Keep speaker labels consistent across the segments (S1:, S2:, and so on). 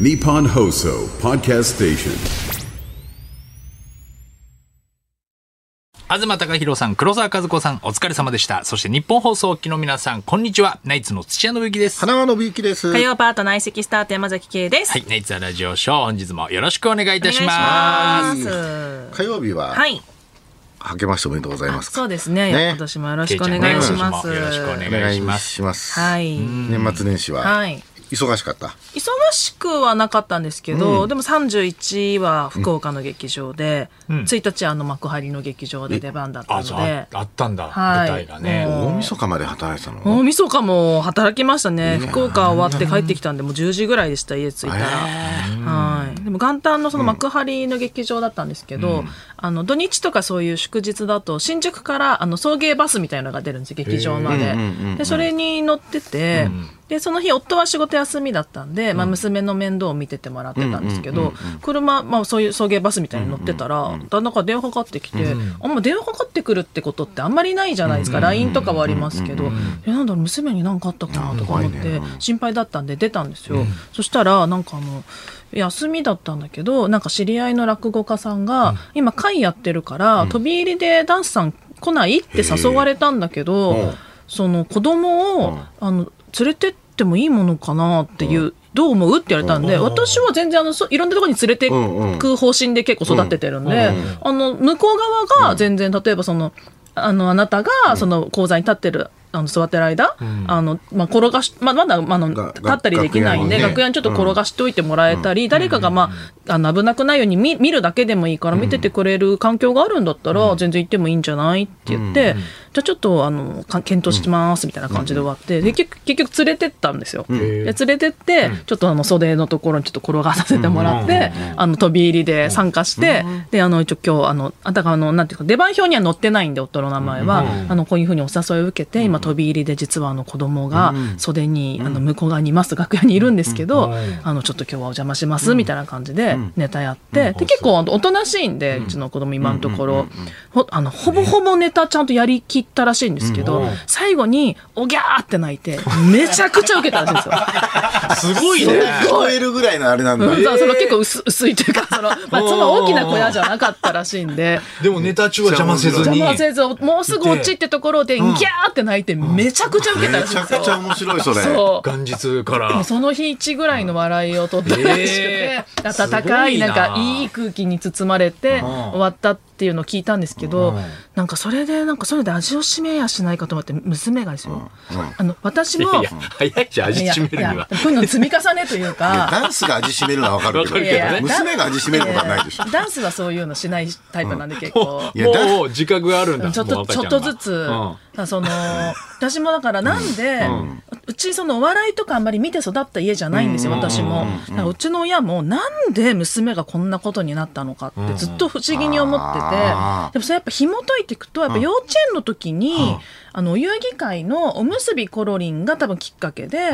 S1: Nippon Hoso Podcast Station.
S2: 東貴博さん、黒沢和子さん、お疲れ様でした。そして日本放送をお聞きの皆さん、こんにちは。ナイツの土屋信之です。
S3: 花輪信之です。
S4: 火曜パート内席スタート山崎圭です。
S2: はい、ナイツはラジオショー、本日もよろしくお願いいたし
S4: お
S2: ま
S4: 願
S2: す。
S4: いしま
S3: 火
S4: す。
S3: 曜日は、
S4: はい。
S3: 明けましておめでとうございますか。
S4: そうですね
S3: ね
S4: 今年もよろ
S2: ケ
S4: し
S2: イ
S4: くお
S2: ちゃ
S4: 願
S2: んね
S4: いし
S2: 今
S4: ます。
S2: 年もよろしくお願いします
S3: お願いします。
S4: はい。
S3: 年末年始は
S4: はい。
S3: 忙しかった。
S4: 忙しくはなかったんですけど、でも31は福岡の劇場で、1日あの幕張の劇場で出番だった
S2: あ、
S4: の
S2: そう、あ
S4: で、
S2: あったんだ、
S4: は
S2: 舞
S4: い
S2: 台がね。
S3: 大晦日まで働いてたの。
S4: 大晦日も働きましたね。福岡終わって帰ってきたんで、もう10時ぐらいでした、家着いたら。はい。でも元旦のその幕張の劇場だったんですけど、あの、土日とかそういう祝日だと、新宿から、あの、送迎バスみたいなのが出るんですよ、劇場まで。で、それに乗ってて、で、その日、夫は仕事休みだったんで、まあ、娘の面倒を見ててもらってたんですけど、車、まあ、そういう送迎バスみたいに乗ってたら、旦那から電話かかってきて、あんま電話かかってくるってことってあんまりないじゃないですか。LINE とかはありますけど、え、なんだろう、娘に何かあったかなとか思っ
S3: 怖いね
S4: て、心配だったんで出たんですよ、そしたらなんかあの休みだったんだけどなんか知り合いの落語家さんが、今会やってるから、飛び入りでダンスさん来ないって誘われたんだけ
S3: う
S4: ど、
S3: ん
S4: その子供を、あの連れてってもいいものかなっていう、どう思うって言われたんで、私は全然あのそいろんなところに連れてく方針で結構育ててるんで、あの向こう側が全然例えばそのあのあなたがその講座に立ってるあの座ってる間、あのまあ、転がし、まあ、まだ、まあ、あの
S3: が
S4: 立ったりできないんで
S3: 楽屋にね
S4: 楽屋にちょっと転がしておいてもらえたり、誰かが、まあ、あの危なくないように見見るだけでもいいから見ててくれる環境があるんだったら、全然行ってもいいんじゃないって言って、じゃあちょっとあのか検討しますみたいな感じで終わって、で結局結局連れてったんですよ。で連れてって、ちょっとあの袖のところにちょっと転がさせてもらって、あの飛び入りで参加して、であの一応今日あのあたかあのなんていうか出番表には載ってないんで夫の名前は、あのこういうふうにお誘いを受けて今飛び入りで実はあの子供が袖に、あの向こう側にいます楽屋にいるんですけど、あのちょっと今日はお邪魔しますみたいな感じでネタやって、で結構あのおとなしいんで、うちの子供今のところ、ほあのほぼほぼネタちゃんとやりきったらしいんですけど、最後におぎゃーって泣いてめちゃくちゃ受けたらしいんですよ。
S2: すごい
S3: そ
S2: ね
S3: れ。超えるぐらいのあれなんだ。
S4: うんその結構薄薄いという かその、まあ、その大きな小屋じゃなかったらしいんで
S2: でもネタ中は邪魔せずに。
S4: 邪魔せずもうすぐ落ちってところでギャーって泣いてめちゃくちゃ受けた
S3: め
S4: らしい
S3: ち
S4: ん
S3: ゃ
S4: ですよ
S3: くちゃ面白いそれ。
S4: そう
S2: 元日から。
S4: その日一ぐらいの笑いを取ったらしくて
S2: え、
S4: 暖かい
S2: すごいな
S4: なんかいい空気に包まれて終わったっていうのを聞いたんですけど、なんかそれでなんかそれで味を締めやしないかと思って娘がですよ、あの私も
S2: いや、早いじゃん、味しめるに
S4: いや
S2: は。
S4: こういうの積み重ねというか
S3: ダンスが味しめるのはわかるけ
S2: わ
S3: ど
S2: かるけどねいやいや
S3: 娘が味しめることはないでしょ
S4: や。ダンスはそういうのしないタイプなんで結構。
S3: いやだ
S2: もう自覚があるんだ。
S4: ちょっ
S2: もう赤
S4: とち
S2: ゃ
S4: ょ
S2: ん
S4: っ
S2: は
S4: とずつ、あその私もだからなんで、うちそのお笑いとかあんまり見て育った家じゃないんですよ、私も、だからうちの親もなんで娘がこんなことになったのかってずっと不思議に思ってて、
S3: あー
S4: でもそれやっぱ紐解いていくとやっぱ幼稚園の時に、あのお遊戯会のおむすびころりんが多分きっかけで、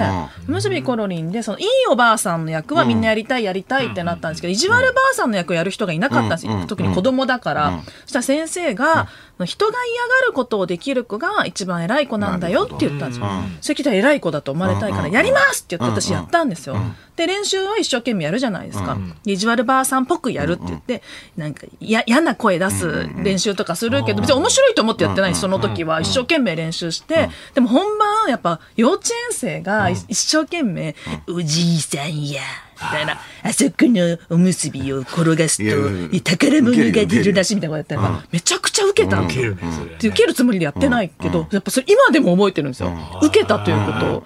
S4: おむすびころりんでそのいいおばあさんの役はみんなやりたいやりたいってなったんですけど、意地悪ばあさんの役をやる人がいなかったんですよ、
S3: うんうん
S4: 特に子供だから、そしたら先生が、人が嫌がることをできる子が一番偉い子なんだよって言ったんですよ、それ聞いたら偉い子だと思われたいから、やりますって言って私やったんですよ、で練習は一生懸命やるじゃないですか、で意地悪ばあさんっぽくやるって言って、なんかや嫌な声出す練習とかするけど、別に面白いと思ってやってないんですその時は一生懸命練習して、でも本番やっぱ幼稚園生がい一生懸命、おじいさんやみたいなあそこのおむすびを転がす
S3: いやい
S4: と
S3: やいや
S4: 宝物が出るらしいみたいなことやったらめちゃくちゃ受けたの
S2: 受けるね、それ
S4: って受けるつもりでやってないけど、やっぱそれ今でも覚えてるんですよ。受けたということを。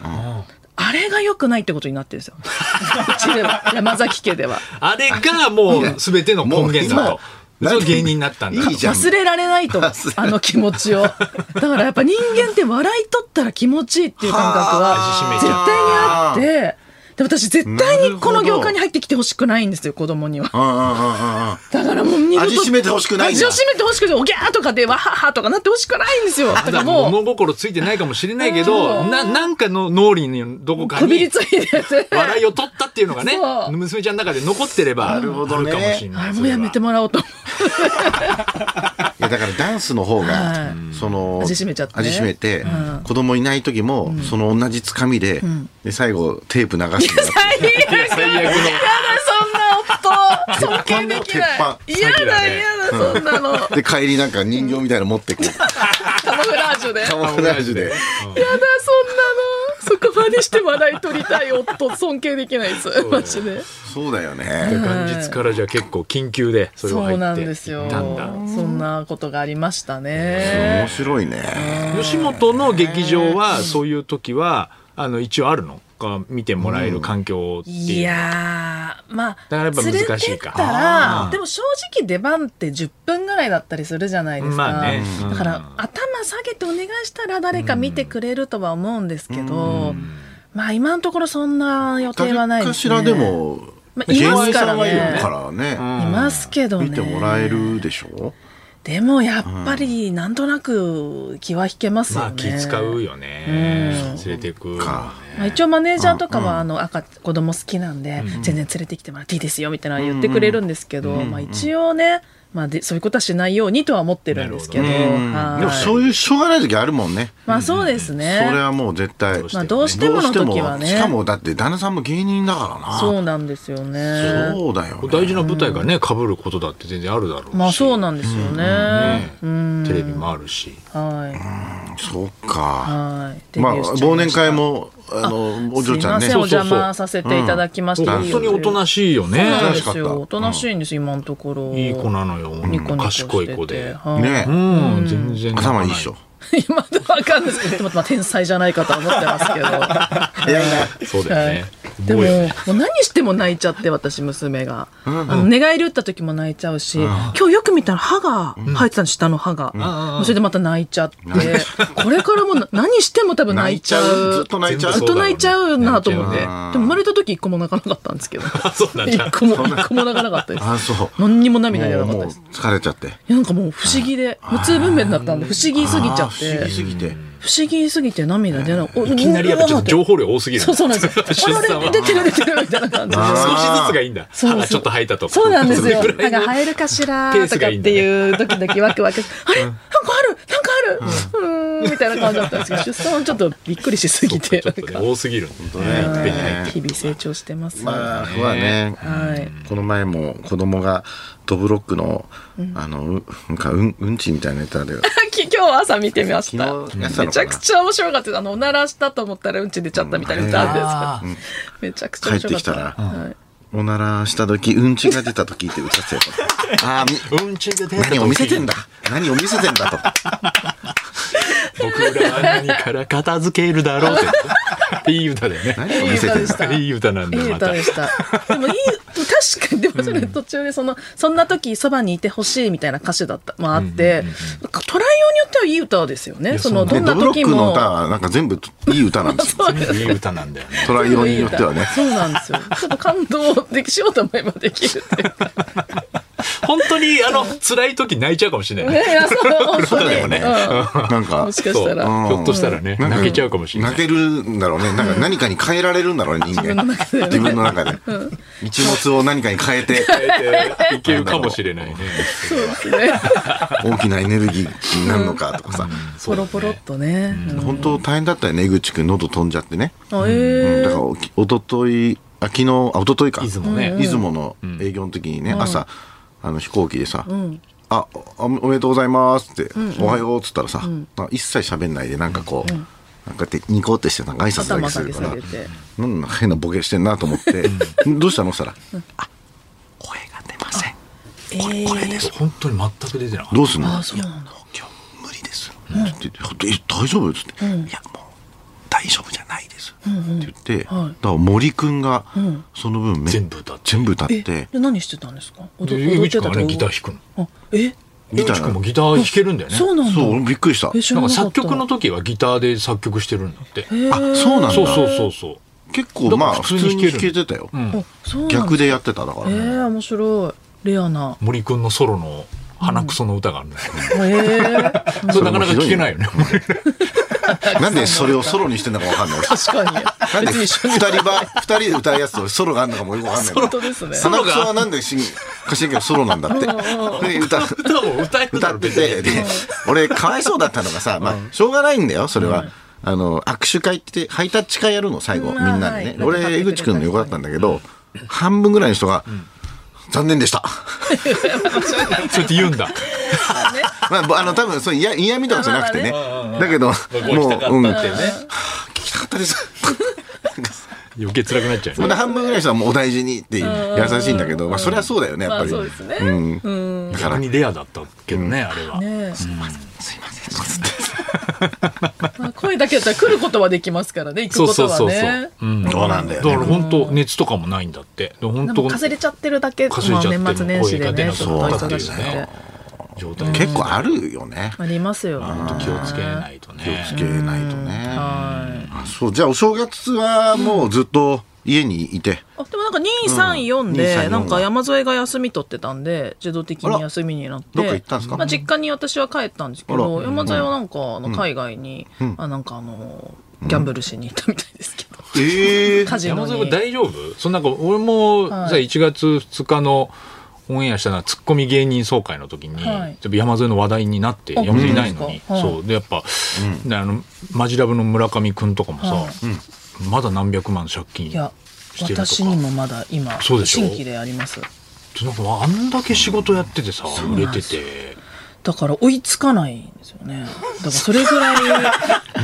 S4: あれが良くないってことになってるんですよ。うちでは、山崎家では。
S2: あれがもう全ての根源だと。そ
S3: もう今
S2: う芸人になったんだ。
S3: いいじゃん
S4: 忘れられないと思う、あの気持ちを。だからやっぱ人間って笑い取ったら気持ちいいっていう感覚
S2: はあ
S4: は、
S2: 味しめ
S4: 絶
S2: ち
S4: 対にあって、で私絶対にこの業界に入ってきてほしくないんですよ、子供には。
S3: うんうんうんうんうん。
S4: だからもう二度と
S3: 味しめてほしくないん
S4: 味
S3: だ
S4: をしめてほしくないおぎゃーとかでわははとかなってほしくないんですよ。だか
S2: まだ
S4: らもう、
S2: 物心ついてないかもしれないけど、な、なんかの脳裏にどこか
S4: こびり
S2: に
S4: ついてて。
S2: 笑いを取ったっていうのがね
S4: そ、う
S2: 娘ちゃんの中で残ってれば、あ
S3: る
S2: るか
S3: ほ
S2: も
S3: どね
S2: しれ
S4: あ
S2: な
S4: れ
S2: い。
S4: もうやめて
S2: も
S4: もらおうと思う。
S3: いやだからダンスの方
S4: は
S3: が、その
S4: 味しめちゃってね
S3: 味しめて、子供いない時も、その同じつかみで、で最後テープ流すのが
S4: 最悪
S2: 最悪の
S4: やだそんな夫尊敬できない
S3: 鉄
S4: 嫌だ嫌だそんなのカ
S3: で帰りなんか人形みたいなの持ってこう
S4: モフラージュでやだ
S3: カモフラージュで
S4: そんなのそこまでして笑い取りたい夫尊敬できないですマジで
S3: そうだよね
S2: 元日からじゃあ結構緊急でそれを
S4: そ
S2: 入
S4: う
S2: っ
S4: なん
S2: て
S4: ですよ
S2: いたんだ
S4: そんなことがありましたね
S3: 面白いね
S2: 吉本の劇場はそういう時はあの一応あるのか見てもらえる環境っていう、
S4: いやー、まあ、
S2: だからやっぱ難しいか
S4: 連れてったら、でも正直出番って10分ぐらいだったりするじゃないですか。
S2: まあねうん
S4: だから、頭下げてお願いしたら誰か見てくれるとは思うんですけど、まあ今のところそんな予定
S3: 誰
S4: はないで
S3: か
S4: す
S3: し
S4: ね。
S3: らでも
S4: まあい
S3: 芸
S4: ま
S3: 人
S4: すか
S3: さ
S4: ら
S3: んはいる
S4: ね。
S3: からね
S4: いますけど
S3: 見
S4: ね。
S3: てもらえるでしょ
S4: でもやっぱり、なんとなく気は引けます
S2: ま
S4: よ
S2: あ
S4: ね。
S2: 気使うよね、連れてく
S3: か
S4: まあ、一応マネージャーとかは、あの赤子供好きなんで、全然連れてきてもらっていいですよみたいなの言ってくれるんですけど、まあ、一応ね、まあ、でそういうことはしないようにとは思ってるんですけど
S2: なるほど
S4: はい
S3: でもそういうしょうがない時あるもんね
S4: まあそうです
S3: そ
S4: ね、
S3: れはもう絶対
S4: まあ、どうしてもの時は
S3: どうしてもしか
S4: ね
S3: もだって旦那さんも芸人だからな
S4: そうなんですよね
S3: そうだよね
S2: 大事な舞台がねかぶることだって全然あるだろうし、
S4: まあそうなんですよね、
S2: ねテレビもあるし
S4: はい
S3: そうか
S4: はいデビ
S3: まあ
S4: ューしちゃい
S3: 忘
S4: ま
S3: 年
S4: した
S3: 会もあのお嬢ちゃん
S4: す
S3: ね
S4: いません
S2: そうそ
S4: お
S2: うそう
S4: 邪魔させていただきました、
S2: 本当におとな
S4: し
S2: しいよ
S4: いそうなん
S2: ね
S4: です
S3: ね
S4: よおとなしいんです今のところ
S2: いい子なのよ
S4: ニコニコしてて
S2: 賢い子で
S4: は
S3: ね
S2: うん全然
S3: 頭いいでしょ
S4: 今まだわかんないですけど、まあ、天才じゃないかとは思ってますけど。
S2: そうだよね、
S4: はい、でも、
S2: すごいよね
S4: もう何しても寝いちゃって、私、娘が。あの寝返り打った時も泣いちゃうし、今日よく見たら歯が入ってたの、下の歯が。もうそれでまた泣いちゃって、これからもな何しても多分泣いちゃう。
S3: ずっと泣いちゃう
S4: ずっと泣いちゃうなと思って。
S2: 泣い
S4: でも
S2: ち
S4: 生まれた時一個も泣かなかったんですけど。
S2: そうなんだ
S4: 一個も、一個も泣かなかったです。
S3: あそう
S4: 何にも涙出
S3: も
S4: な
S3: うも
S4: かった
S3: う
S4: です。
S3: 疲れちゃって
S4: いやなんかもう不思議で、無痛分娩だったんで不思議すぎちゃ
S3: あ
S4: っ
S3: ー不思
S4: て
S3: 議。すぎて
S4: 不思議すぎて涙出ない。い
S2: いきなりやっぱちょっと情報量多すぎる
S4: そうそうな んですよ。
S2: 出産
S4: あ
S2: は
S4: れ出てる出てるみたいな感じで。
S2: 少しずつがいいんだ
S4: そうそう
S2: あちょっと吐いたとか
S4: そうなんです
S2: そ
S4: よ。な
S2: れ
S4: ん
S2: ぐらい
S4: か
S2: の
S4: 入るかしら
S2: ペー
S4: と
S2: ス
S4: か
S2: が
S4: っ
S2: いいん
S4: て
S2: だね
S4: いうドキドキワクワク。あれなんかあるなんかあるうーんみたいな感じだったんですけど、出産はちょっとびっくりしすぎて、
S2: ちょ
S4: なん
S2: っとね
S4: か。
S2: 多すぎるんだねいっぺんに入って
S4: 日々成長してます。は
S3: まあそうだね
S4: い。
S3: この前も子供がドブロックの、あのうなんかうんうんちみたいなやつあるよ
S4: き今日朝見てみました。
S3: 昨日やってたのかな
S4: めちゃくちゃ面白かったです。あの、おならしたと思ったらうんち出ちゃったみたいな歌あるんですけど。めちゃくちゃ面白か
S3: 帰っ
S4: った。
S3: てきたら
S4: はい
S3: おならした時うんちが出た時って歌ってたよ ああみ
S2: うんちが出た時
S3: 何を見せてんだ何を見せてんだと
S2: 僕らは何から片付けるだろう って。いい歌だよね。
S3: 何を見せてんだ
S4: 歌でした
S2: いい歌なんだ
S4: い
S2: よ、
S4: い
S2: また
S4: 歌。でした。でもいい、確かに、でもそれ途中でその、そんな時そばにいてほしいみたいな歌詞だった、まああって、なんかトライオによってはいい歌ですよね。その、ど
S3: で
S4: ん
S3: ド
S4: な
S3: ブロッ
S4: 時
S3: クの
S4: も。
S3: 歌はなんか全部いい歌なんですよ
S2: いい歌なんだよね。
S3: トライオンによっては ね
S4: そうなんですよ。ちょっと感動できしようと思えばできるっていうか。
S2: 本当に、あの、辛い時泣いちゃうかもしれない
S4: ね
S2: ね。
S4: いや、そう、本当に。
S2: よね
S4: う
S3: なんか
S4: ん。もしかしたら、
S2: そうひょっとしたらね、
S3: なん
S2: 泣けちゃうかもしれない。
S3: 泣けるんだろうねなんか何かに変えられるんだろうね人間自分の中で一物を何かに変えて
S2: いけるかもしれないね。
S4: そうですね。
S3: 大きなエネルギーになるのかとかさ
S4: ポロポロっとね。うん
S3: 本当大変だったよね江口くん喉飛んじゃってね
S4: あええ
S3: だからおきおとといあ昨日あおとといか
S2: 出雲ね
S3: 出雲の営業の時にね、朝あの飛行機でさ「あおおめでとうございます」って「おはよう」っつったらさ、なんか一切喋んないでなんかこう、なんかってニコってしてなんか挨拶だけ
S4: 頭
S3: す
S4: 下
S3: る
S4: げ
S3: か
S4: 下
S3: ら
S4: げて。
S3: なんだ変なボケしてんなと思って「 どうしたの?」っつったら「
S2: 声が出ません。
S4: ええ
S2: 本当に全く出てなかった。
S3: どうすんの?」
S4: あ、そうなんだ。
S2: 今日無理です。
S3: って言ってえ「大丈夫?」っつって「いやもう大丈夫じゃないです」って言って、だから森くんがその分め
S2: 全部歌って
S3: 全部歌っ
S4: え、
S3: て
S4: で何してたんですか
S2: で、
S4: 踊
S2: 江
S4: 踊って
S2: 口君
S4: たっ
S2: は
S4: て
S2: ね、
S4: こ
S2: ギター弾くの。
S4: とあ、え
S3: ギ
S2: 江
S3: ター
S2: 口
S3: な
S2: 君もギター弾けるんだよね。
S4: そうなんだ。
S3: そう俺びっくりした
S4: え知
S2: な
S4: ら
S2: ん
S4: な
S2: か
S4: かった
S2: 作曲の時はギターで作曲してるんだって。
S3: あそうなんだ
S2: そうそうそうそう。
S3: 結構まあ
S2: だから
S3: 普
S2: 普通
S3: 通
S2: に弾
S3: に
S2: ける
S3: 弾けてたよ、
S4: あそうなんだ
S3: 逆でやってただから、
S4: えー、面白いレアな
S2: 森くんのソロの鼻くその歌があるんだよ。
S4: えー、
S2: それなかなか聞けないよね。
S3: なんでそれをソロにしてんのかわかんないです。
S4: 確か
S3: なん
S4: に。
S3: で
S4: 別に
S3: 二
S4: 一緒に。
S3: 人ば、二人で歌うやつとソロがあるのかもよくわかんないな。
S4: 本当ですね。
S3: 鼻くそはなんでしん、かしんけどソロなんだって。で歌 う
S2: 歌を歌えてた
S3: 歌
S2: ら
S3: って
S2: 別に
S3: て、で、俺、かわいそうだったのがさ、まあ、しょうがないんだよ、それは。あの、握手会って、ハイタッチ会やるの、最後、
S4: う
S3: み
S4: ん
S3: んなで
S4: は
S3: ね
S4: い。
S3: 俺、江口くんの横だったんだけど、半分ぐらいの人が、残念でした。
S2: そうやって言うんだ。
S3: まあぼ、あの、多分、そう嫌、嫌味とかじゃなくてね。だけど、も
S2: 行きたか
S3: う、うん、
S2: ったって
S3: 聞
S2: ね。
S3: きたかったです。
S2: 余計辛くなっちゃう
S3: そ
S2: ね。
S3: れで半分ぐらいの人はもうお大事にって優しいんだけど、まあ、それはそうだよね、やっ
S4: ま
S3: ぱ
S4: あ
S3: り。
S4: そうですね。
S3: だから
S2: 逆、にレアだったけどね、あれは。
S4: ね
S3: すいません、つって。
S4: まあ声だけだったら来ることはできますからね、
S2: そう
S4: 行くこ
S2: そ
S4: と
S2: う
S4: は
S2: そうそう
S4: ね。。
S2: うん。だ
S3: そうなんだよね
S2: から本当熱とかもないんだって。で本
S4: で
S2: 当
S4: もかすれちゃってるだけ、ま
S2: かすれちゃっ
S4: あ
S2: ても
S4: 年末年始でね、ちょっと
S2: 声が出なかった
S4: 忙しく
S2: っていう
S4: て
S2: ね。状態。
S3: 結構あるよね。
S4: ありますよ。
S2: 本当気をつけないとね。
S3: 気をつけないとね。
S4: はい
S3: あそう、じゃあお正月はもうずっと家にいて。
S4: あでもなんか234
S3: うん234
S4: で、
S3: が
S4: なんか山添が休み取ってたんで、自動的
S3: あら
S4: に休みになって。
S3: どっか行ったんですか
S4: まあ実家に私は帰ったんですけ
S3: あ
S4: ど、
S3: ら
S4: 山添はなんか、あの海外に、あ、なんかあの、ギャンブルしに行ったみたいですけど。
S3: ええ
S4: カジ
S2: 山
S4: ノに。
S2: 添君大丈夫そのなんか俺も
S4: はい
S2: さ1月2日のオンエアしたのはツッコミ芸人総会の時に、
S4: はい
S2: ちょっと山添の話題になって
S4: あ
S2: 山添いないの
S4: 本当で
S2: に
S4: す、かはい
S2: そうでやっぱ、であのマジラブの村上君とかもさ、
S4: はい
S2: まだ何百万借金
S4: いや
S2: してるとか
S4: 私にもまだ今
S2: そうでしょ
S4: 新規であります
S2: なんかあんだけ仕事やっててさ、
S4: う
S2: 売れ
S4: なんで
S2: て
S4: す
S2: て
S4: だから追いつかないんですよねだからそれ ぐらい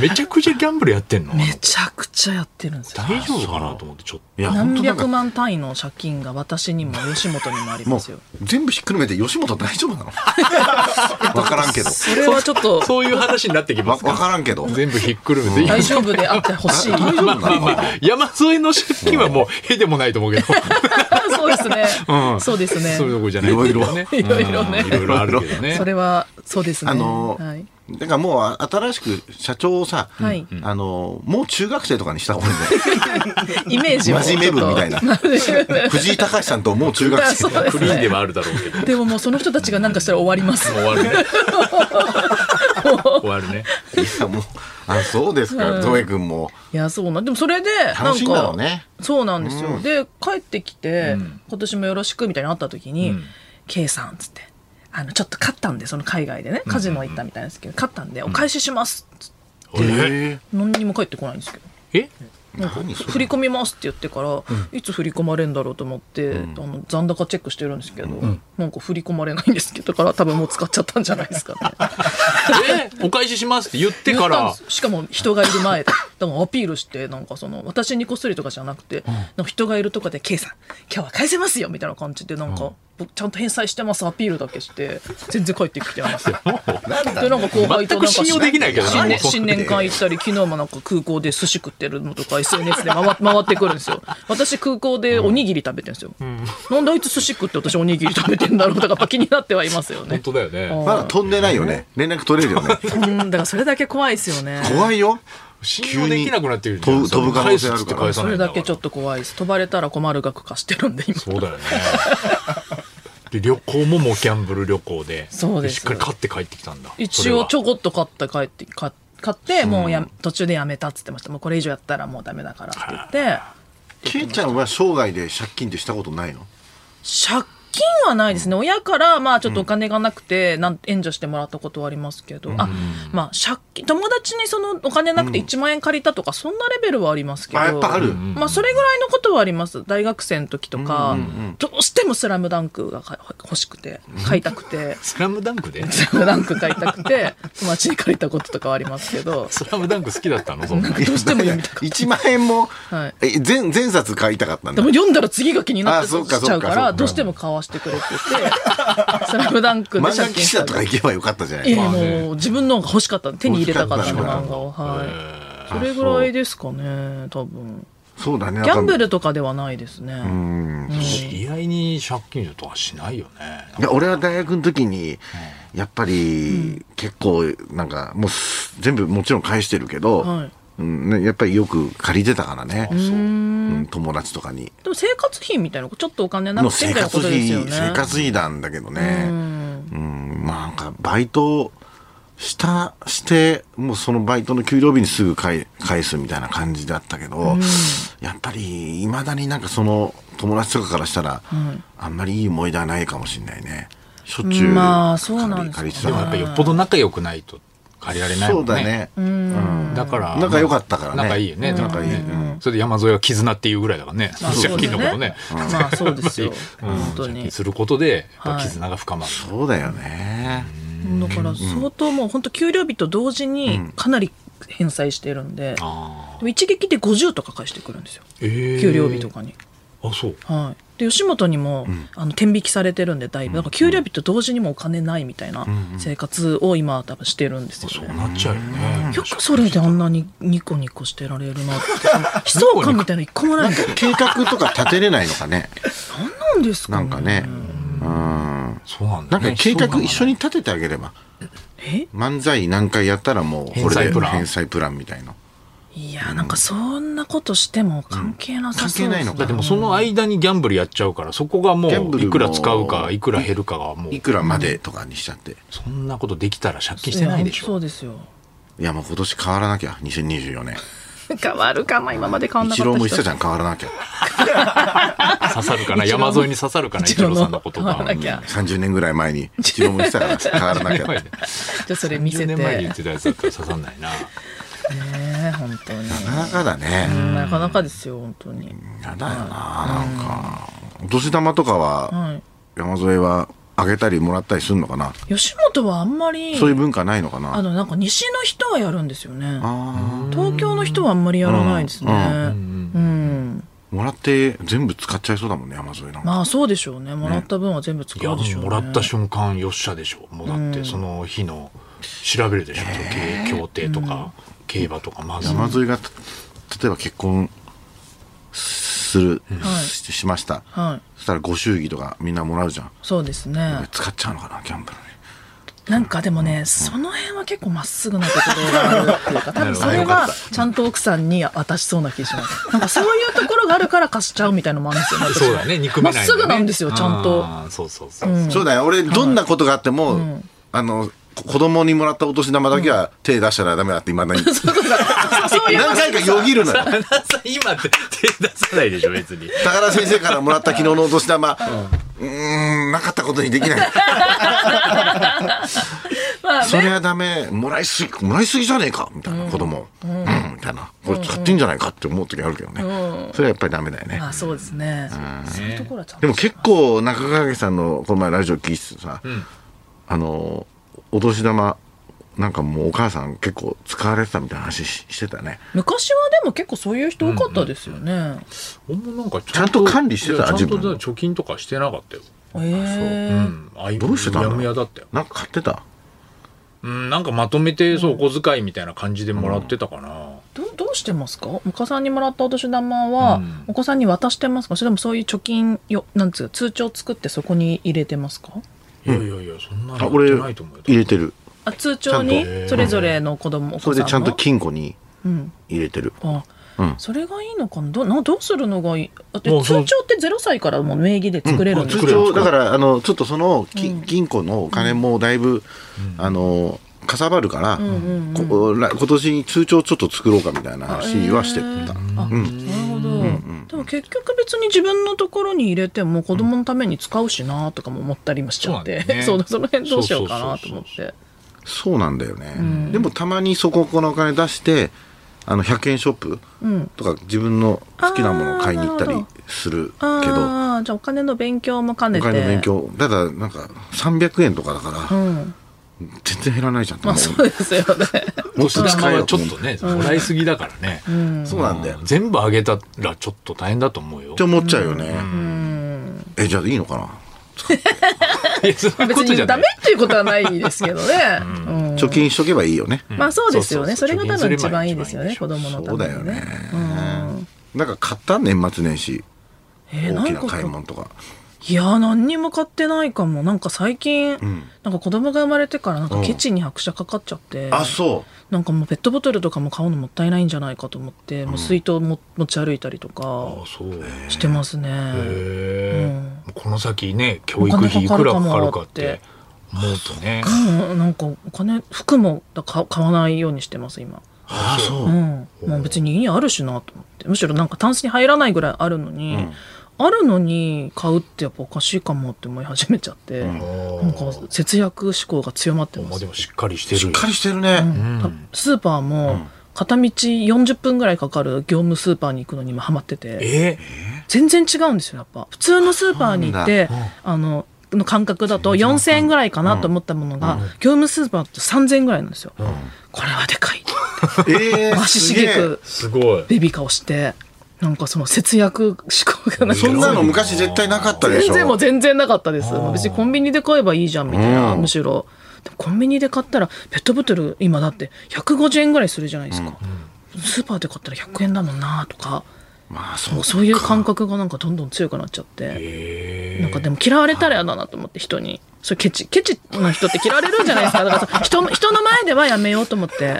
S2: めちゃくちゃギャンブルやってんの
S4: めちゃくちゃやってるんですよ
S2: 大丈夫かなと思ってちょっ
S3: いや、本
S4: 何
S3: 当なん
S4: 百
S3: か、
S4: 万単位の借金が私にも吉本にもあり
S3: も
S4: ますよ
S3: う全部ひっくるめて吉本大丈夫なのわからんけど。
S4: それはちょっと
S2: とそういう話になってき
S3: わ
S2: ます
S3: わ
S2: か
S3: からんけど。
S2: 全部ひっくるめていい
S4: 大丈夫であって ほしい
S3: 大丈夫なの、
S2: まあまあ山添の借金 はもうへでもないと思うけど
S4: そうですね、
S2: うん
S4: そうですね
S2: それどころじゃないけどね。
S4: いろいろね
S2: うんいろいろあるけどね
S4: そ。れはそうですね
S3: あのー
S4: はい、
S3: だからもうあ新しく社長をさ、
S4: はい
S3: あのもう中学生とかにした方がいいんだよ
S4: イメージ を
S3: 真面目分みたいな藤井隆さんともう中学 生
S4: そうで
S2: フ
S4: す
S2: リーで
S4: ね
S2: はあるだろうけど。
S4: でももうその人たちが何かしたら終わります
S2: 終わるね。 終わるね。
S3: いやもうあそうですかゾエ君も
S4: いやそうなんでもそれでな
S3: 楽
S4: ん
S3: しいんだろ
S4: か
S3: うね
S4: そうなんですよ、で帰ってきて、
S2: うん
S4: 今年もよろしくみたいになった時に
S2: うん
S4: 「K、さん」っつってあの「ちょっと勝ったんでその海外でねカジノ行ったみたいなんですけど、勝ったんでお返しします」っつって
S2: え
S4: 何にも返ってこないんですけど。
S2: え
S3: 何それ
S4: 振り込みますって言ってから、いつ振り込まれるんだろうと思って、あの残高チェックしてるんですけど、なんか振り込まれないんですけどだから多分もう使っちゃったんじゃないですかね
S2: えお返ししますって言ってか
S4: 言った
S2: ら
S4: んで、すしかも人がいる前で だからアピールしてなんかその私にこっそりとかじゃなくて、なんか人がいるとかで「K さん今日は返せますよ」みたいな感じでなんか、僕ちゃんと返済してますアピールだけして全然帰ってきてないん ですよ。でなんか後輩となん
S2: 全く
S4: か
S2: 信用できないけどな
S4: 新年
S2: もう
S4: 新年会行ったり昨日もなんか空港で寿司食ってるの とか SNS で回回ってくるんですよ私空港でおにぎり食べてるんですよ、なんであいつ寿司食って私おにぎり食べてんだろうとかやっぱ気になってはいますよ
S2: 本
S4: ね
S2: 当だよね。
S3: まだ飛んでないよね連絡取れる よね
S4: うんだからそれだけ怖いですよね
S3: 怖いよ
S2: 信用できなくなってるじゃ
S3: 急
S2: ん。
S3: に飛ぶ飛ぶ可能性あるから
S2: 返すって返さ
S4: そ
S2: ない
S4: れ
S2: んだ
S4: だ
S2: から
S4: けちょっと怖いです飛ばれたら困る額貸してるんで今
S2: そうだよね。で旅行ももうギャンブル旅行で。
S4: そうです
S2: しっかり勝って帰ってきたんだ。
S4: 一応ち
S2: ょ
S4: ょこっと買って帰って買買ってもうや、途中でやめたっつってましたもうこれ以上やったらもうダメだからって言って
S3: ケイちゃんは生涯で借金ってしたことないの
S4: 借金はないですね、親からまあちょっとお金がなくて、なん援助してもらったことはありますけど、あまあ借金友達にそのお金なくて1万円借りたとか、そんなレベルはありますけど
S3: あやっぱある
S4: まあ、それぐらいのことはあります大学生の時とか、どうしても「スラムダンクがか欲しくて買いたくて「
S2: スラムダンクで
S4: スラムダンク買いたく て友達に借りたこととかはありますけど
S2: スラムダンク好きだったのそんな。
S4: どうしても読み たかっ
S3: 1万円も、
S4: はい
S3: え全全冊買いたかったん
S4: で
S3: だ
S4: も読んだら次が気になって
S3: あそ
S4: そうう
S3: か
S4: しちゃ
S3: そ
S4: う
S3: うか
S4: か
S3: そうから
S4: どうしても買わしてくれって 言って「スラムダンクで
S3: 漫画
S4: 借金
S3: 記
S4: した
S3: 者とか行けばよかったじゃないい
S4: やいや
S2: まあね
S4: もう自分のが欲しかったの手に入れたかった
S3: 欲
S4: の
S3: しかったんだ
S4: 漫画をはい
S2: え
S4: それぐらいですかね多分
S3: そうだね
S4: ギャンブ
S3: ル
S4: ルとかではないですね
S2: ー知り合いに借金とはしないよね。
S3: 俺は大学の時にやっぱり結構なんかもうす全部もちろん返してるけど、
S4: はい
S3: うんね、やっぱりよく借りてたからねうん友達とかに
S4: でも生活費みたいなちょっとお金な
S3: の
S4: く
S3: 生
S4: てみたいな
S3: 活
S4: ことで
S3: 費、
S4: すよね
S3: 生活費なんだけどねうんまあなんかバイトしたしてもうそのバイトの給料日にすぐ返返すみたいな感じだったけど、やっぱりいまだになんかその友達とかからしたら、あんまりいい思い出はないかもしれないねしょっちゅう
S4: まあそうなんです
S3: 借り借りて
S2: で
S3: た
S2: も
S3: か
S2: やっ
S3: ら
S2: ぱよっぽど仲良くないと借りられない
S3: そ
S2: も
S3: うんだ
S2: ね
S3: ね、
S2: だから
S3: 仲良かったからね
S2: 仲いいよね
S3: 仲いい、うん
S2: それで山添は絆っていうぐらいだからね
S4: あそうだね
S2: 借金のことね
S4: まあそうです よ
S2: うん
S4: 本当に
S2: 借金することでやっぱ絆が深まる、
S3: そうだよね、
S4: だから相当もう本当給料日と同時にかなり返済してるんで、で
S2: あ
S4: も一撃で50とか返してくるんですよ、
S2: ーえー
S4: 給料日とかに。
S2: あそう
S4: はい、で吉本にも、あの天引きされてるんでだいぶだから給料日と同時にもうお金ないみたいな生活を今多分してるんですよ
S2: そう
S4: ね。
S2: なっちゃうよね
S4: よくそれであんなにニコニコしてられるなって悲壮感みたいなの一個もないんだよ
S3: 計画とか立てれないのかね
S4: なんですか
S3: な
S4: ね
S3: んかねうん
S2: そうなんだ
S3: なん
S2: ね、
S3: か計画一緒
S2: に
S3: に立ててあげれば
S4: え
S3: 漫才何回やったらもうこ
S2: 返
S3: れ
S2: 済プ
S3: で
S2: ラン
S3: 返済プランみたいない
S4: やなんかそんなことしても関係なさそう
S3: うん関係
S4: で
S3: ない
S4: す
S3: の
S2: だ
S3: か
S2: ってもうその間にギャンブルやっちゃうからそこがも
S3: ギャンブ
S2: う
S3: ルも
S2: いくら使うかいくら減るかがもう
S3: いくらまでとかにしちゃって
S2: そんなことできたら借金してないでし
S4: やそ
S2: ょ
S4: うですよ
S3: いやもう今年変わらなきゃ2024年
S4: 変わるかな今まで変わんな
S3: 一
S4: かっ
S3: 郎も
S4: た
S3: 一茶
S4: 人
S3: ちゃん変わらなきゃ
S2: 刺さるかな山沿いに刺さるかな一郎さんのこと
S4: 一郎の
S2: が
S4: 話だ
S3: 30年ぐらい前に一郎も一茶が変わらなきゃ
S4: じゃあそれ見せ
S2: 10
S4: て
S2: 年前に言
S4: ね
S2: ってたやつだったら刺さんないな
S4: え本当に
S3: なかなかだね
S4: なかなかですよ本当に
S3: やだよななんかお年玉とかは
S4: はい
S3: 山添はあげたりもらったりするのかな
S4: 吉本はあんまり
S3: そういう文化ないのか
S4: あ
S3: な
S4: のなんか西の人はやるんですよね
S3: あ
S4: 東京の人はあんまりやらないですねうん、
S3: ーもらって全部使っちゃいそうだもんね山添なんか
S4: まあそうでしょうねもらった分は全部使
S2: いや
S4: うでしょうね
S2: もらった瞬間よっしゃでしょもうだってその日の調べるでしょ時計競艇とか競馬とかまず
S3: 山添がた例えば結婚する、
S4: はい
S3: ししました、
S4: はい
S3: そしたらご祝儀とかみんなもらうじゃん
S4: そうですね
S3: 使っちゃうのかなギャンブルに
S4: なんかでもね、その辺は結構まっすぐなところがあるっていう か、多分それはちゃんと奥さんに渡しそうな気がします。 なんかそういうところがあるから貸しちゃうみたいなのもあるんですよね。私
S2: そうだね憎めない
S4: まっすぐなんですよ、ちゃんと。
S2: あーそうそうそう、
S3: そうだよ俺どんなことがあっても、あのこ子供にもらったお年玉だけは手出したらダメだっていまだに
S4: そうそうそうそういう
S3: 何回かよぎるのよ
S2: 花 さん今って手出さないでしょ別に
S3: 高田先生からもらった昨日のお年玉うーんなかったことにできない
S4: まあ
S3: そ
S4: ね、
S3: れはダメもらいすぎもらいすぎじゃねえかみたいな子供うん、みたいなこれ使ってんじゃないかって思う時あるけどね、それはやっぱりダメだよね、
S4: まあそうですね。そういうところはちゃん
S3: で
S4: と。
S3: も結構中川家さんのこの前ラジオ聞いててさ、あのお年玉なんかもうお母さん結構使われてたみたいな話ししてたね
S4: 昔はでも結構そういう人多かったですよね。
S2: ほんまなんかち
S3: ちゃんと管理してた
S2: いやちゃんと
S3: 自分の
S2: 貯金とかしてなかったよ
S4: え
S2: う
S4: え。
S2: んあい
S3: どうしてたんだ
S2: や
S3: ろう
S2: むやだったよ
S3: なんか買ってた
S2: うんなんかまとめてそうお小遣いみたいな感じでもらってたかな、
S4: どどうしてますかお子さんにもらったお年玉は、
S2: うん
S4: お子さんに渡してますかそれでもそういう貯金よなんつうか通帳作ってそこに入れてますか
S2: いやいやいやそんなの
S3: あ
S2: やって
S3: 俺
S2: ないと
S3: 入
S2: 思うよ
S3: れてる
S4: あ通帳
S3: ちゃ
S4: に
S3: んと
S4: それぞれの子供お
S3: そ
S4: 子
S3: れ
S4: さん
S3: で
S4: の
S3: ちゃんと金庫に
S4: うん
S3: 入れてる
S4: あ、
S3: うん
S4: それがいいのかなどなどうするのがいいだって
S2: もうそ
S4: 通
S2: う
S4: 帳って0歳からもう名義で作れるんです
S3: 通
S4: か、
S3: 帳だからあのちょっとその金,、金庫のお金もだいぶ、あのかさばるから、こら今年に通帳ちょっと作ろうかみたいな話はしてた、
S4: あなるほど、でも結局別に自分のところに入れても子供のために使うしなとかも思ったりもしちゃって、
S2: そうなんだよね
S4: そうその辺どうしようかなと思っ
S2: そう
S4: て
S3: そうなんだよね、でもたまにそここのお金出してあの100円ショップとか自分の好きなものを買いに行った
S4: あーな
S3: り
S4: る
S3: するけど
S4: ああじゃあお金の勉強も
S3: お
S4: 兼ねて
S3: 金の勉強ただなんか300円とかだから、
S4: うん
S3: 全然減らないじゃん、
S4: まあそうです よね
S3: もっ
S2: お
S3: と
S2: 年
S3: 使
S2: 玉
S3: えよ
S2: は
S3: と
S2: ちょ
S3: 思
S2: っ
S3: う
S2: とね、もらいすぎだからね、
S3: そうなんだよっ
S2: 全部あげたらちょっと大変だと思うよ
S3: て。思っちゃうよね、えじゃあいいのかな、
S2: いやそういう
S4: 別
S2: ことじ
S4: に
S2: ゃな
S4: ダ
S2: い
S4: メっていうことはないですけどね、うん
S3: 貯金しとけばいいよね、
S4: まあそうですよね。
S2: そ
S4: そう
S2: そうそ
S4: れ
S2: う
S4: が多分一番いいですよね。
S2: 貯
S4: 子供の
S3: そ
S4: た
S3: う
S4: め
S3: だよ
S4: に
S3: ね
S4: ね。、
S3: なんか買った年末年始
S4: え
S3: 大
S4: ーな
S3: き
S4: ん
S3: な
S4: か
S3: 買い物とか
S4: いやー何にも買ってないかも。なんか最近、なんか子供が生まれてからなんかケチに拍車かかっちゃって、
S3: あそう
S4: なんかもうペットボトルとかも買うのもったいないんじゃないかと思って、もう水筒も持ち歩いたりと
S2: あ
S4: か
S2: そうへ
S4: してますね。
S2: えこの先ね教育費いくらかかるかって思うとね。
S4: うん、なんかお金服もだか買わないようにしてます今、
S3: ああそう、
S4: うんまあ、別に家あるしなと思ってむしろなんかタンスに入らないぐらいあるのに、あるのに買うってやっぱおかしいかもって思い始めちゃって、なんか節約志向が強まって
S2: まあ
S4: ます
S2: でもしっかりしてる。
S3: しっかりしてるね、
S4: スーパーも片道40分ぐらいかかる業務スーパーに行くのに今ハマってて
S2: え
S4: 全然違うんですよやっぱ普通のスーパーに行ってあのの感覚だと4000円ぐらいかなと思ったものが、業務スーパーだと3000円ぐらいなんですよ、これはでかい
S3: ええ
S4: 足し
S3: す
S4: げ
S3: げえ
S4: く
S2: すごい。
S4: ベビーカーしてなんかその節約志向がない
S3: そんなの昔絶対なかったでしょ
S4: 全然もう全然なかったです別にコンビニで買えばいいじゃんみたいな、
S3: うん
S4: むしろでもコンビニで買ったらペットボトル今だって150円ぐらいするじゃないですか、スーパーで買ったら100円だもんなとか
S3: まあそう
S4: そういう感覚がなんかどんどん強くなっちゃってなんかでも嫌われたら嫌だなと思って人にそれケチケチな人って嫌われるんじゃないですかだからさ人人の前ではやめようと思って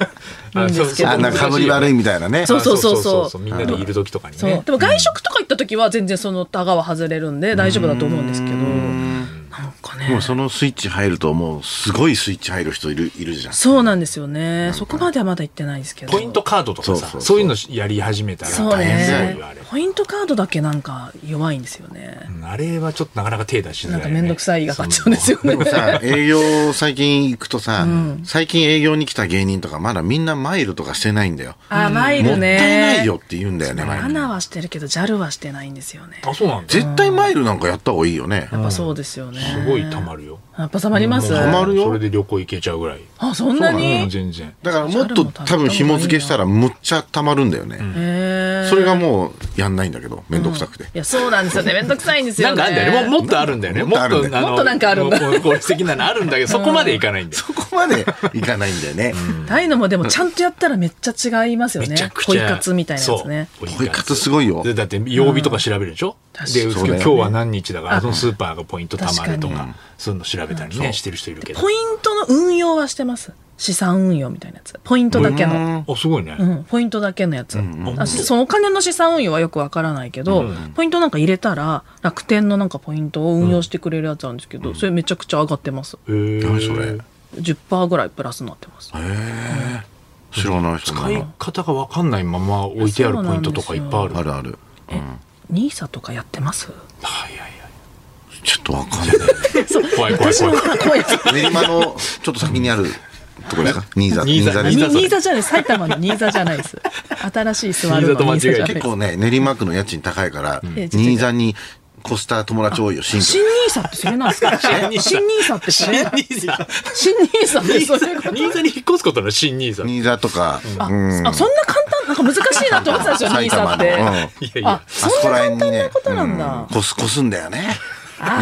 S4: いいんですけど
S2: あ
S3: あなんかかぶり悪いみたいなね
S4: そうそうそうそう
S2: みんなでいる時とかに
S4: そう、
S2: ね。
S4: でも外食とか行った時は全然そのタガは外れるんで大丈夫だと思うんですけどなんかね
S3: もうそのスイッチ入るともうすごいスイッチ入る人いるいるじゃん
S4: そうなんですよねそこまではまだ行ってないですけど
S2: ポイントカードとか
S3: そうそうそ
S2: さ、
S3: う
S2: そういうのやり始めたら
S4: そう
S2: 大変だ
S4: ね
S2: よ、あれ。
S4: ポイントカードだけなんか弱いんですよね
S2: うんあれはちょっとなかなか手出しづら
S4: ないん
S2: ね。
S4: か面倒くさいが勝っちゃうんですよね
S3: でもさ営業最近行くとさ、最近営業に来た芸人とかまだみんなマイルとかしてないんだよ
S4: あマイ
S3: も
S4: ル
S3: った
S4: ね
S3: いないよって言うんだよねマイ
S4: ア
S3: ル
S4: ナはしてるけど JAL はしてないんですよね
S2: あ、そうなんだ。
S3: 絶対マイルなんかやった方がいいよね
S4: やっぱそうですよね
S2: すごい溜まるよ。
S4: やっぱたまります
S2: もう
S3: まるよ
S2: それで旅行行けちゃうぐらい。
S4: あそんなに
S2: うん全然。
S3: だからもっと多分紐付けしたらむっちゃたまるんだよね、
S4: へー
S3: それがもうやんないんだけどめんどくさくて、
S4: いやそうなんですよねめんどくさいんですよ
S2: な
S4: ね
S2: んかあるんだよね。もうもっとあるんだよね。
S3: もっとあるんだよ
S2: あの
S4: もっとなんかあるんだ
S2: もうこれ素敵なのあるんだ けど、そこまでいかないんだよ。
S3: そこまでいかないんだよね、
S4: ああいうのもでもちゃんとやったらめっちゃ違いますよ
S2: めち
S4: ね
S2: ゃ。くち
S4: ポイ
S2: ゃ。
S4: 活みたいなやつね。
S2: そう。
S3: ポイ活すごいよ
S2: でだって曜日とか調べるでしょ、
S4: 確か
S2: で
S4: に
S2: 今
S3: そうだよ
S2: 日
S3: ね
S2: は何日だからそのスーパーがポイント貯まると
S4: 確
S2: かそういうの調べたりねしてる人いるけど
S4: ポイントの運用はしてます。資産運用みたいなやつ。ポイントだけの。
S2: あすごいね、
S4: うん、ポイントだけのやつ、あそのお金の資産運用はよくわからないけど、ポイントなんか入れたら楽天のなんかポイントを運用してくれるやつなんですけど、それめちゃくちゃ上がってます
S2: へえ
S3: 何それ
S4: 10%ぐらいプラスになってます
S3: 知らない人
S2: 使
S3: ない
S2: 方が分かんないまま置いてあるポイントとかいっぱいある
S3: あるある
S4: ニーサとかやってます
S2: はいはい
S3: ちょっとわかんない
S2: はい怖い怖い怖い
S4: ほらこうやって
S3: 練馬のちょっと先にあるとこですか新座
S2: 新座
S3: 座で
S2: 新
S3: す
S2: 座
S4: に新座じゃない埼玉の新座じゃないです新しい座
S2: 新
S4: るの新座
S2: 座と間違え
S4: じゃ
S2: て
S4: ないで
S3: 結
S4: す
S3: 構ね練馬区の家賃高いから
S4: ん
S3: 新座に越した友達多いよ新
S4: 新
S3: 居
S4: ニーサってそれなんですか新ニーサってそれ
S2: 新ニーサ
S4: 新ニーサってそれこと
S2: 新座に引っ越すことの新ニーサい
S3: 新座とか
S4: ああそ
S3: うん
S4: んな簡単なんか難しいなと思ってたんですよ
S3: 埼
S4: ニーサ
S3: 玉
S4: っ
S3: のうん
S4: て
S3: あ
S2: やいや
S4: あそんな簡単なことなんだ
S3: 越す越すんだよね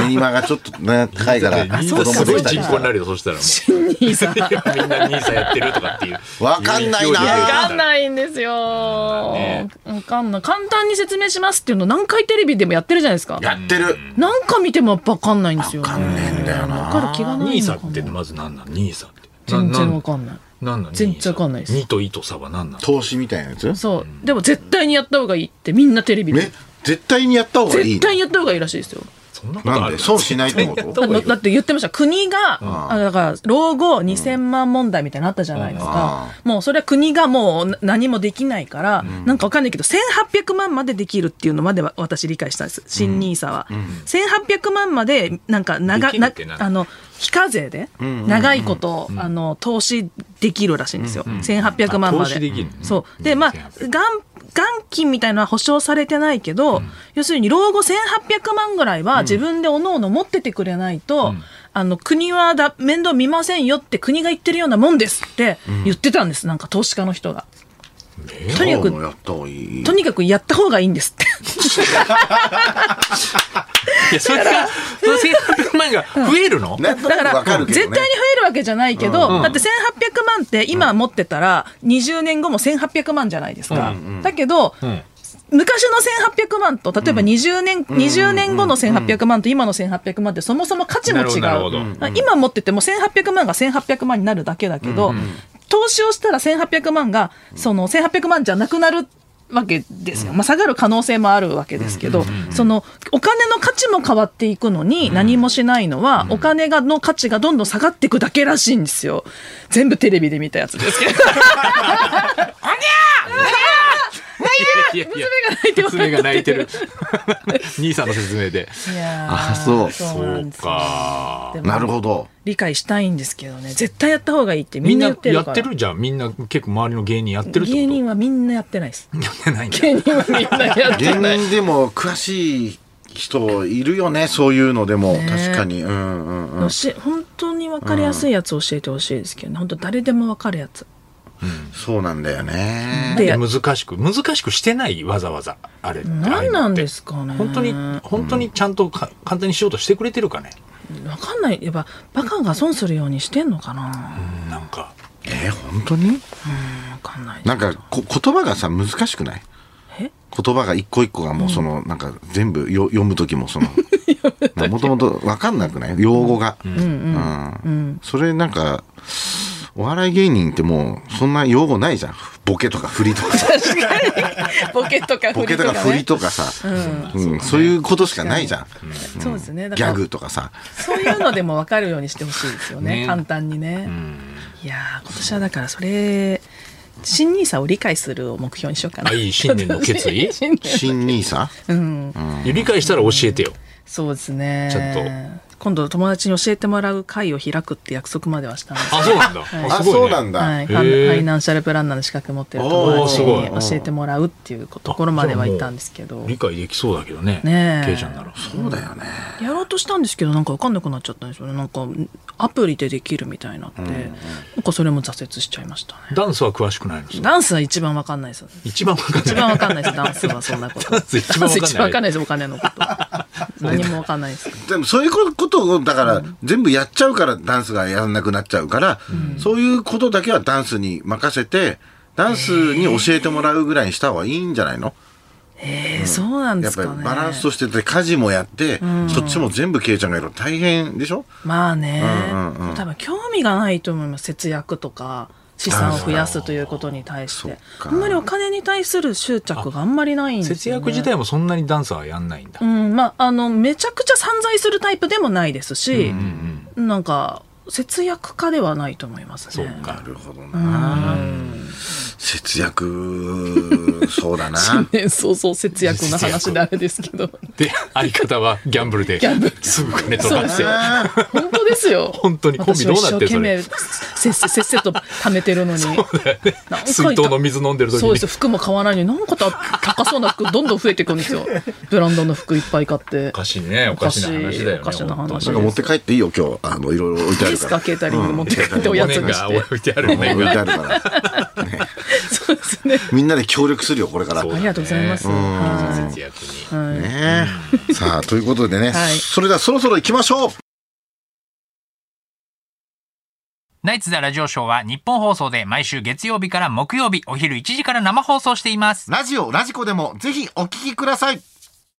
S3: 練馬がちょっとね高いから
S2: 新
S4: そう
S2: 座
S4: か
S2: すごい
S4: そうか
S2: 人口になるよそしたらも
S4: 新ニーサ
S2: うみんなニーサやってるとかっていう
S3: わかんないな
S2: 勢で
S4: わかんないんですよわ
S2: ね
S4: かんない簡単に説明しますっていうの何回テレビでもやってるじゃないですか
S3: やってる
S4: 何回見てもわかんないんですよわ
S3: わかんねえんだよな
S4: わかる気がない
S2: ニー
S4: の
S2: サ
S4: かも
S2: ってまず何なのニーサって
S4: 全然わかんない
S2: 何なの
S4: 全然わかんないです
S2: ニとイとサは何なの
S3: 投資みたいなやつ
S4: そうでも絶対にやった方がいいってみんなテレビで
S3: ね絶対にやった方がいい
S4: 絶対にやった方がいいらしいですよ
S2: そんなこと
S3: な
S2: あ
S3: ん
S2: る
S3: で損しないってこ
S2: 絶
S3: と
S2: 対やった方がい
S4: あの
S2: いよ
S4: だって言ってました国が、あだから老後2000万問題みたいなのあったじゃないですか、もうそれは国がもうな何もできないから、なんかわかんないけど1800万までできるっていうのまでは私理解したんです新ニーサは、1800万までなんか長
S2: できるってなんだ
S4: あの非課税で長いこと、あの投資できるらしいんですよ、1800万まで
S2: あ投資できる
S4: そうでまあ
S2: 1800
S4: 元元金みたいなのは保証されてないけど、要するに老後1800万ぐらいは自分でおのおの持っててくれないと、あの国はだ面倒見ませんよって国が言ってるようなもんですって言ってたんです、なんか投資家の人が。とにか
S3: そう
S4: く
S3: やった方がいい
S4: とにかくやった方がいいんですって
S2: いや、それが、その1800万円が増えるの、
S3: ね
S4: だか ら
S3: わかるけ
S4: 絶対に
S3: ど
S4: 増
S3: ね
S4: えるわけじゃないけど、だって1800万って今持ってたら20年後も1800万じゃないですか、だけど、昔の1800万と例えば20年、20年後の1800万と今の1800万ってそもそも価値も違う
S2: なるほどなるほど
S4: だから今持ってても1800万が1800万になるだけだけど、投資をしたら1800万がその1800万じゃなくなるわけですよ、まあ、下がる可能性もあるわけですけど、そのお金の価値も変わっていくのに何もしないのは、お金がの価値がどんどん下がっていくだけらしいんですよ全部テレビで見たやつ ですけど
S2: いやいや
S4: 娘
S2: 娘
S4: が
S2: が
S4: 泣
S2: 泣
S4: い
S2: い
S4: て
S2: て
S4: る
S2: る兄さんの説明で
S4: いやー
S3: あそう
S4: なんですよ
S2: そうか
S4: でも
S3: なるほど。
S4: 理解したいんですけどね絶対やった方がいいってみ
S2: み
S4: ん
S2: ん
S4: な
S2: な
S4: 言って
S2: や
S4: るか
S2: っ
S4: ら
S2: てるじゃんみんな結構周りの芸人やってるってこと
S4: 芸人はみんなやってないです
S2: やってないんだ
S4: 芸人はみんなやって
S3: 芸
S4: ない
S3: 人でも詳しい人いるよね、そういうのでも。
S4: ね
S3: 確かに。うんうんうん。
S4: のし本当に分かりやすいやつ教えてほしいですけどね本当誰でも分かるやつ
S3: そうなんだよね。
S4: でや
S2: 難しく難しくしてないわざわざあれ
S4: 何なんですかね
S2: 本当に本当にちゃんとか簡単にしようとしてくれてるかね
S4: 分かんないやっぱバカが損するようにしてんのかな
S2: なんか
S3: えー、本当に
S4: 分かんない
S3: なんかこ言葉がさ、難しくない
S4: え
S3: 言葉が一個一個がもうその、なんか全部よ読む時も そのもともと分かんなくない用語が、うんそれなんかお笑い芸人ってもうそんな用語ないじゃんボケとか 振りとか
S4: ボケとか
S3: ボ
S4: 振
S3: ケ
S4: り
S3: と
S4: と
S3: か
S4: か
S3: 振り
S4: ね
S3: とかさ、うんそういうことしかないじゃん、
S4: そうですねだ
S3: ギ
S4: か
S3: ャ
S4: ら
S3: グとかさ
S4: そういうのでも分かるようにしてほしいですよね
S2: ね
S4: 簡単にね、いやー今年はだからそれ新ニーサを理解するを目標にしようかな
S2: あいい新年の決意
S4: 新年
S3: 新ニー サ
S4: うん
S2: 理解したら教えてよ
S4: そうですね
S2: ちょ
S4: 今度友達に教えてもらう会を開くって約束まではしたんです
S2: あそうなんだ
S4: はい
S2: あ
S3: あ
S2: すご
S3: そう
S2: いね
S3: なんだ、
S4: はい、
S2: へ
S4: フ
S2: ー
S4: ァンファイナンシャルプランナーの資格持ってる友達
S2: お
S4: に
S2: ー
S4: 教えてもらうっていうところまではいったんですけど
S2: 理解できそうだけどね
S4: ねえ
S2: ケイちゃんなら
S3: そうだよね
S4: やろうとしたんですけどなんか分かんなくなっちゃったんですよねなんかアプリでできるみたいになって、なんかそれも挫折しちゃいましたね
S2: ダンスは詳しくないの
S4: ダンスは一番分かんないですよ
S2: 一番わかんない
S4: 一番分かんないですダンスはそんなこと
S2: ダンス一番わかんない
S4: ダンスわですお金のこと何も分かんないです
S3: でもそういうことをだから全部やっちゃうからダンスがやらなくなっちゃうから、そういうことだけはダンスに任せてダンスに教えてもらうぐらいにした方がいいんじゃないの
S4: えーそうなんで
S3: やっ
S4: す
S3: ぱ
S4: か
S3: り
S4: ね
S3: バランスとしてて家事もやって、そっちも全部ケイちゃんがやるの大変でしょ
S4: まあね、
S3: うんうんうん
S4: 多分興味がないと思います節約とか資産を増やすということに対して
S3: そっか
S4: あんまりお金に対する執着があんまりないんです
S2: 節
S4: よ、ね、
S2: 約自体もそんなにダンスはやんないんだ
S4: うんまああのめちゃくちゃ散財するタイプでもないですし、なんか節約家ではないと思いますね
S2: そうか
S3: なるほどな節約そうだな
S4: 新年早々節約の話であれですけど
S2: で相方はギャンブルで
S4: ャンブル
S2: すぐ金取
S4: そ
S2: ら
S4: うで
S2: れ
S4: す
S2: て
S4: よ本当ですよ
S2: 本当にコンビどうなってる
S4: 私は一生懸
S2: そ
S4: 命
S2: れ
S4: せっせせっせと貯めてるの になんかいた
S2: 水筒の水飲んでる時
S4: そう
S2: に
S4: ですよ服も買わないのになんかた高そうな服どんどん増えていくんですよブランドの服いっぱい買って
S2: おかしいねおかしな話だよね
S4: おかしな話
S3: なんか持って帰っていいよ今日あのいろいろ置いてあ
S4: で
S3: る
S4: す
S3: か
S4: からケータリング持って帰っておやつにし
S2: 骨が
S4: て
S2: 置いてある
S3: 置
S2: ね
S3: いてあるから
S4: そうですね
S3: みんなで協力するよこれから
S2: そう
S4: ありがとうございますは
S2: 節約に
S4: いはい
S3: ねえ。さあ、ということでね、
S4: はい
S3: それではそろそろ行きましょう
S5: ナイツザラジオショーは日本放送で毎週月曜日から木曜日お昼1時から生放送しています。
S3: ラジオ、ラジコでもぜひお聞きください